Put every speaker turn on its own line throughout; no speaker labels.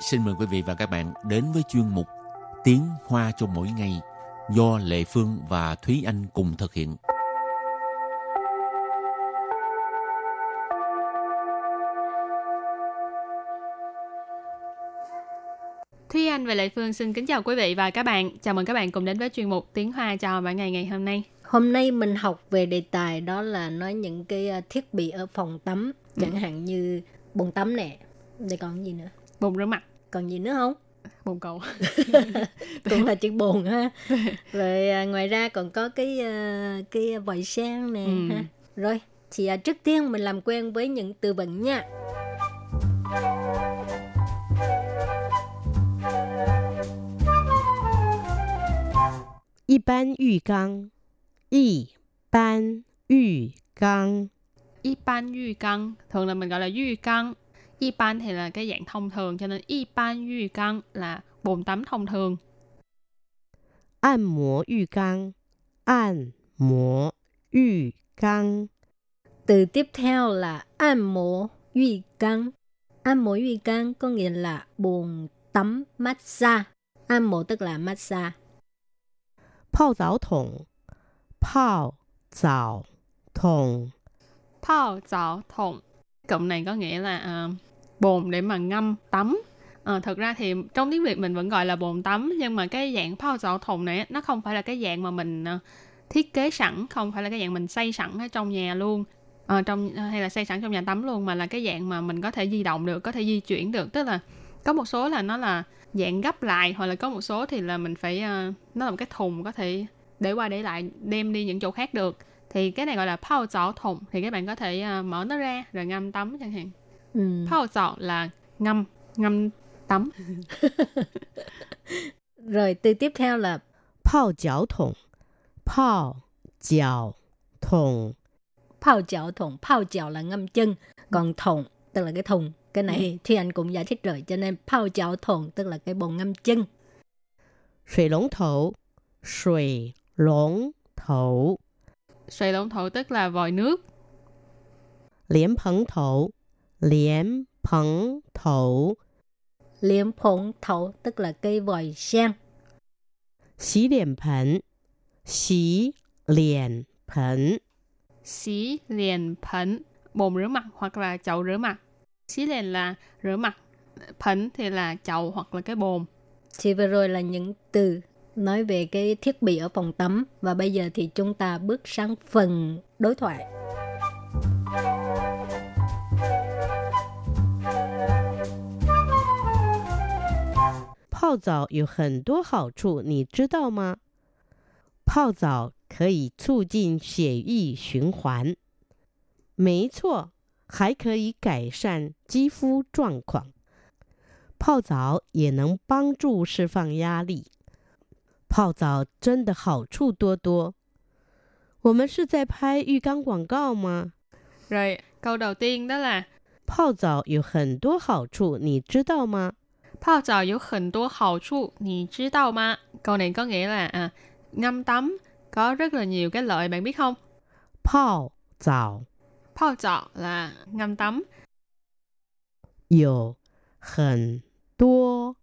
xin mời quý vị và các bạn đến với chuyên mục Tiếng Hoa cho mỗi ngày do Lệ Phương và Thúy Anh cùng thực hiện.
Thúy Anh và Lệ Phương xin kính chào quý vị và các bạn. Chào mừng các bạn cùng đến với chuyên mục Tiếng Hoa cho mỗi ngày ngày hôm nay.
Hôm nay mình học về đề tài đó là nói những cái à, thiết bị ở phòng tắm, chẳng hạn như bồn tắm nè. Rồi còn gì nữa?
Bồn rửa mặt,
Còn gì nữa không?
bồn cầu.
Cũng là chữ bồn ha. Rồi à, ngoài ra còn có cái à, cái vòi sen nè
Ừ.
ha. Rồi, thì à, trước tiên mình làm quen với những từ vựng nha.
一般浴缸，一般浴缸，
Y ban yu căng, thường là mình gọi là yu căng. Y ban thì là cái dạng thông thường cho nên y ban yu căng là bồn tắm thông thường.
按摩浴缸，按摩浴缸，
Từ tiếp theo là an mổ uy căng. An mổ uy căng có nghĩa là bồn tắm massage. An mổ tức là massage.
泡澡桶，泡澡桶，
Thao chảo thùng. Cụm này có nghĩa là à, bồn để mà ngâm tắm. Ờ, thực ra thì trong tiếng Việt mình vẫn gọi là bồn tắm nhưng mà cái dạng thao chảo thùng này á, nó không phải là cái dạng mà mình à, thiết kế sẵn, không phải là cái dạng mình xây sẵn ở trong nhà luôn. Ờ, trong hay là xây sẵn trong nhà tắm luôn mà là cái dạng mà mình có thể di động được, có thể di chuyển được, tức là có một số là nó là dạng gấp lại hoặc là có một số thì là mình phải à, nó là một cái thùng có thể để qua để lại đem đi những chỗ khác được thì cái này gọi là pao chảo thùng thì các bạn có thể à, mở nó ra rồi ngâm tắm chẳng hạn
Ừ.
pao chảo là ngâm ngâm tắm
Rồi từ tiếp theo là
泡脚桶，泡脚桶，
泡脚桶泡脚là ngâm chân còn thùng tức là cái thùng cái này thì anh cũng giải thích rồi cho nên泡脚桶 tức là cái bồn ngâm chân
水龙头，水龙头，
xoay lộn thổ tức là vòi nước
莲蓬头，莲蓬头，
liếm phổng thấu tức là cái vòi sen
洗脸盆，洗脸盆，
xí liền phấn bồn rửa mặt hoặc là chậu rửa mặt xí liền là rửa mặt phấn thì là chậu hoặc là cái bồn
thì vừa rồi là những từ nói về cái thiết bị ở phòng tắm và bây giờ thì chúng ta bước sang phần đối thoại
泡澡有很多好处，你知道吗？泡澡可以促进血液循环，没错，还可以改善肌肤状况。泡澡也能帮助释放压力。泡澡真的好处多多。我们是在拍浴缸广告吗？
rồi câu đầu tiên đó là
泡澡有很多好处，你知道吗？
Pao chảo có hẳn đô hào chú, nì chí đào ma. Câu này có nghĩa là à, ngâm tắm có rất là nhiều cái lợi, bạn biết không?
泡澡
Pao chảo là ngâm tắm,
有很多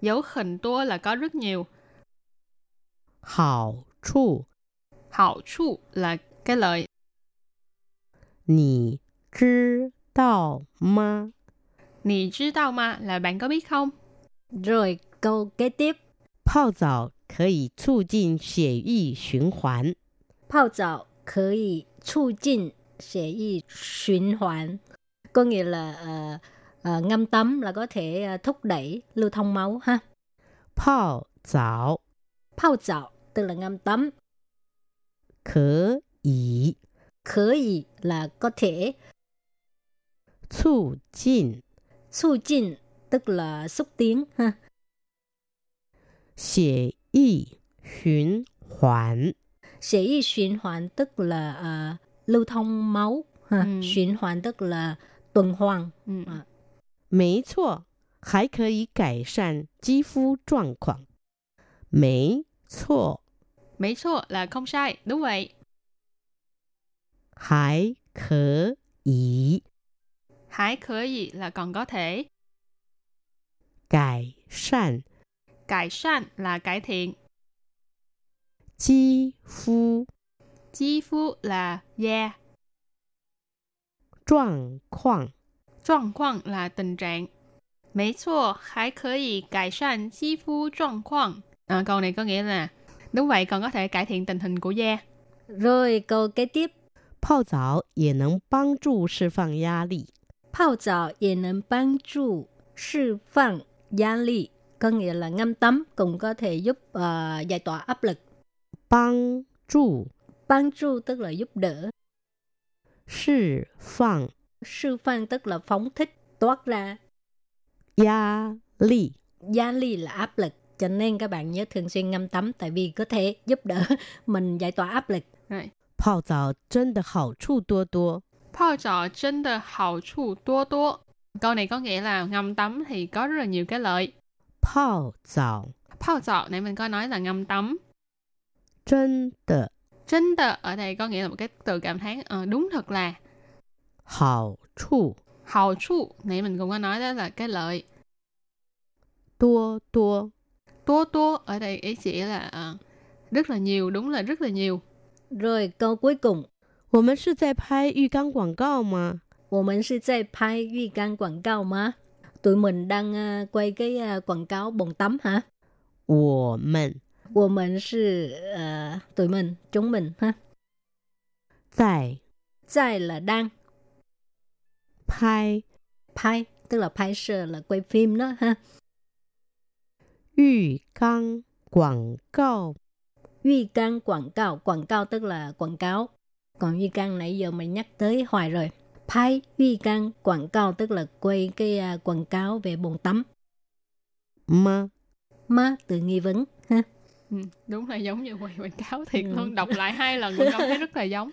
dấu hẳn đô là có rất nhiều,
好处，
hào chú là cái lợi.
你知道吗？
Nì chí đào ma là bạn có biết không?
rồi câu kế tiếp
泡澡可以促进血液循环，
泡澡可以促进血液循环 có nghĩa là ờ, ờ, ngâm tắm là có thể ờ, thúc đẩy lưu thông máu ha
泡澡
泡澡 tức là ngâm tắm,
可以
khở gì là có thể,
促进
su jin tức là xúc tiến ha,
血液循环，
sẽ y xuyên hoàn tức là à, lưu thông máu ha,
Ừ.
xuyên hoàn tức là tuần hoàn,
Ừ.
À.
没错，还可以改善肌肤状况。没错。
Mấy số là không sai, đúng vậy.
还可以
Hải khởi gì là còn có thể.
改善、
Cải sạn là cải thiện,
肌肤
chi phu là da,
状况、
状况 là tình trạng. Mấy chua, hãy có thể cải sạn chi phu trạng quang. À, câu này có nghĩa là đúng vậy còn có thể cải thiện tình hình của da.
Rồi câu kế tiếp,
泡澡也能帮助释放压力。
泡澡也能帮助释放压力, có nghĩa là ngâm tắm cũng có thể giúp ờ, giải tỏa áp lực.
帮助
Bang chu tức là giúp đỡ,
释放
sư phang tức là phóng thích, toát ra,
压力。
gia ly là áp lực. Cho nên các bạn nhớ thường xuyên ngâm tắm tại vì có thể giúp đỡ mình giải tỏa áp lực.
Right.
泡澡真的好处多多，
Pao trò trên the hậu chu tua tua. Câu này có nghĩa là ngâm tắm thì có rất là nhiều cái lợi.
泡澡
Pao trò này mình có nói là ngâm tắm.
真的
Trên the ở đây có nghĩa là một cái từ cảm thán ờ, đúng thật là
好处
hậu chu nãy mình cũng có nói đó là cái lợi
多多，
tua tua ở đây ý chỉ là ờ, rất là nhiều đúng là rất là nhiều
Rồi câu cuối cùng,
我们是在拍浴缸广告吗？
我们是在拍浴缸广告吗? Tụi mình đang ờ, quay cái ờ, quảng cáo bồn tắm hả?
我们
我们是, à, tụi mình, chúng mình ha.
在
Tại là đang
拍
拍, tức là拍摄là quay phim đó ha.
浴缸广告
Uy can quảng cáo, quảng cáo tức là quảng cáo. Còn uy can nãy giờ mình nhắc tới hoài rồi.拍 uy can quảng cáo tức là quay cái ờ, quảng cáo về bồn tắm.
吗？
Má từ nghi vấn ha.
ừ, đúng là giống như quầy quảng cáo thiệt
Ừ.
luôn đọc lại hai lần cũng cảm thấy rất là giống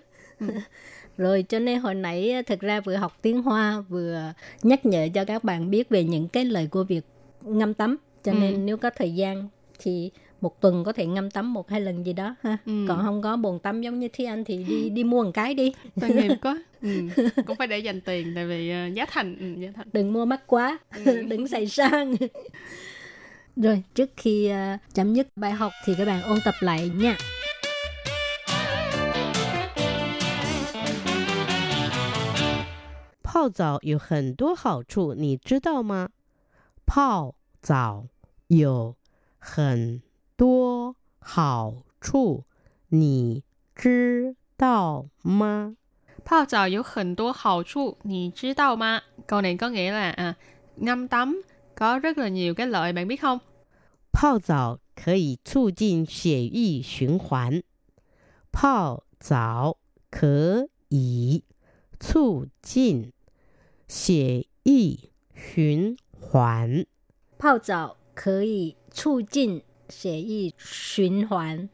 Rồi cho nên hồi nãy á, thực ra vừa học tiếng Hoa vừa nhắc nhở cho các bạn biết về những cái lời của việc ngâm tắm. Cho
Ừ.
nên nếu có thời gian thì một tuần có thể ngâm tắm một hai lần gì đó ha.
ừ.
Còn không có bồn tắm giống như Thi Anh thì đi đi mua một cái đi.
tội nghiệp quá ừ. cũng phải để dành tiền tại vì ờ, giá thành ừ, giá thành
Đừng mua mắc quá,
Ừ.
đừng xài sang. Rồi trước khi à, chấm dứt bài học thì các bạn ôn tập lại nha.
泡澡有很多好处，你知道吗？泡澡有很多好处，你知道吗？
Pao trò có hình tua hậu chu Nì chứ đâu mà Câu này có nghĩa là à, ngâm tắm có rất là nhiều cái lợi bạn biết không
泡澡可以促进血液循环。泡澡可以促进血液循环。
Phao dạo có thể chu jin sẽ y循hoàn.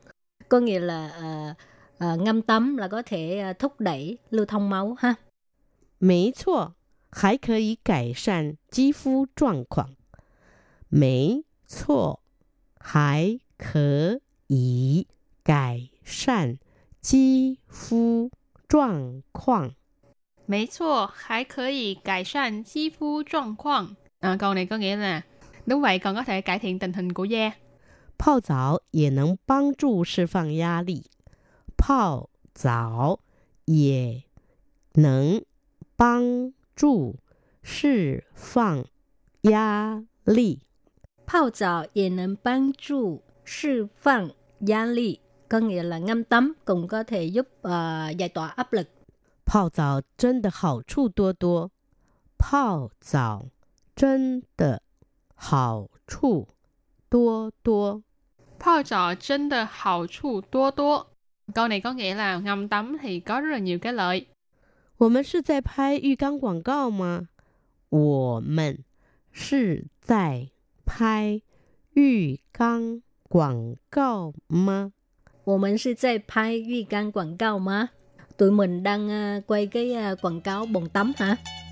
Có nghĩa là ờ, ờ, ngâm tắm là có thể ờ, thúc đẩy lưu thông máu ha.
没错，还可以改善肌肤状况。没错，还可以改善肌肤状况。
Mấy chua, hãy có thể cải sạn chi phu trạng quang. À, câu này có nghĩa là đúng vậy còn có thể cải thiện tình hình của da.
泡澡也能帮助释放压力。泡澡也能帮助释放压力。
Phao dạo cũng能帮助释放压力. Có nghĩa là ngâm tắm cũng có thể giúp ờ, giải tỏa áp lực.
泡澡真的好处多多，泡澡真的好处多多。
Pao trò trên the hậu chu tua tua. Câu này có nghĩa là ngâm tắm thì có rất là nhiều cái lợi.
我们是在拍浴缸广告吗？我们是在拍浴缸广告吗？
à, 我们是在拍浴缸广告吗？Tụi mình đang ờ, quay cái ờ, quảng cáo bồn tắm hả?